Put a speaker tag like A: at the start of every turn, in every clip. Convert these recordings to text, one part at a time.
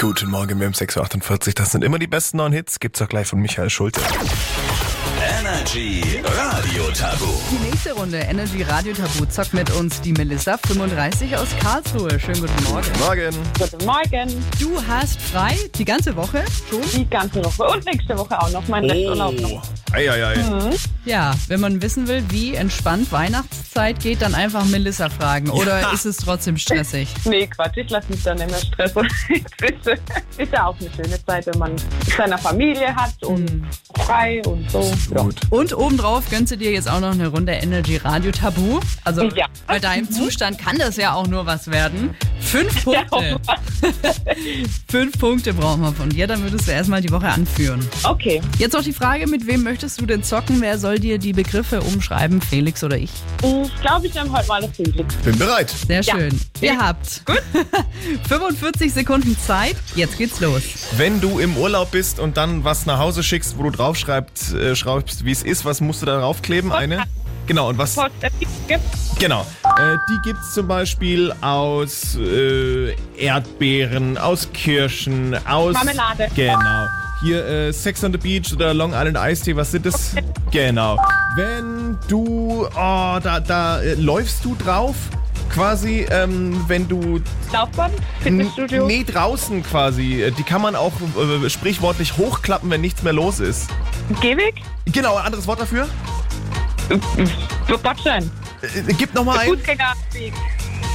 A: Guten Morgen, wir haben 6.48 Uhr. Das sind immer die besten neuen Hits. Gibt's auch gleich von Michael Schulte.
B: Energy Radio Tabu.
C: Die nächste Runde Energy Radio Tabu zockt mit uns die Melissa 35 aus Karlsruhe. Schönen guten Morgen.
A: Morgen.
D: Guten Morgen.
C: Du hast frei die ganze Woche schon?
D: Die ganze Woche und nächste Woche auch noch mein Resturlaub noch.
A: Oh. Eieiei.
C: Ja, wenn man wissen will, wie entspannt Weihnachtszeit geht, dann einfach Melissa fragen. Oder ist es trotzdem stressig?
D: Nee, Quatsch, ich lasse mich da nicht mehr stressen. Bitte. Ist ja auch eine schöne Zeit, wenn man seine Familie hat und frei und so. Ja.
A: Gut.
C: Und obendrauf gönnst du dir jetzt auch noch eine Runde Energy Radio Tabu. Also
D: Ja.
C: bei deinem Zustand kann das ja auch nur was werden. Fünf Punkte. Fünf Punkte brauchen wir von dir, dann würdest du erstmal die Woche anführen.
D: Okay.
C: Jetzt noch die Frage, mit wem möchtest du denn zocken? Wer soll dir die Begriffe umschreiben, Felix oder ich?
D: Ich glaube, ich nehme heute mal das Felix.
A: Bin bereit.
C: Sehr
D: Ja.
C: schön. Ihr habt 45 Sekunden Zeit. Jetzt geht's los.
A: Wenn du im Urlaub bist und dann was nach Hause schickst, wo du draufschreibst, äh, schraubst, wie es ist, was musst du da draufkleben? Eine? Genau, und was?
D: Post- äh, gibt-
A: Genau. Äh, die gibt's zum Beispiel aus äh, Erdbeeren, aus Kirschen, aus...
D: Marmelade.
A: Genau. Hier äh, Sex on the Beach oder Long Island Ice Tea, was sind das? Genau. Wenn du... Oh, da, da äh, läufst du drauf? Quasi, ähm, wenn du...
D: Laufband, Fitnessstudio.
A: Nee, draußen quasi. Äh, Die kann man auch äh, sprichwortlich hochklappen, wenn nichts mehr los ist.
D: Gehweg?
A: Genau, ein anderes Wort dafür?
D: Für Bordstein.
A: Äh, gib nochmal ein.
D: Fußgängerweg.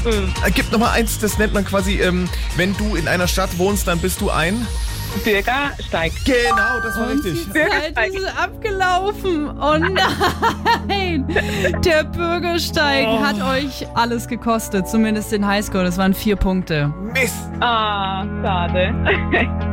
D: Hm,
A: Äh, Gibt noch mal eins, das nennt man quasi, ähm, wenn du in einer Stadt wohnst, dann bist du ein.
D: Bürgersteig.
A: Genau, das war richtig.
C: Zeit Halt, ist abgelaufen. Oh nein! Der Bürgersteig hat euch alles gekostet, zumindest den Highscore. Das waren vier Punkte.
A: Mist!
D: Ah, schade.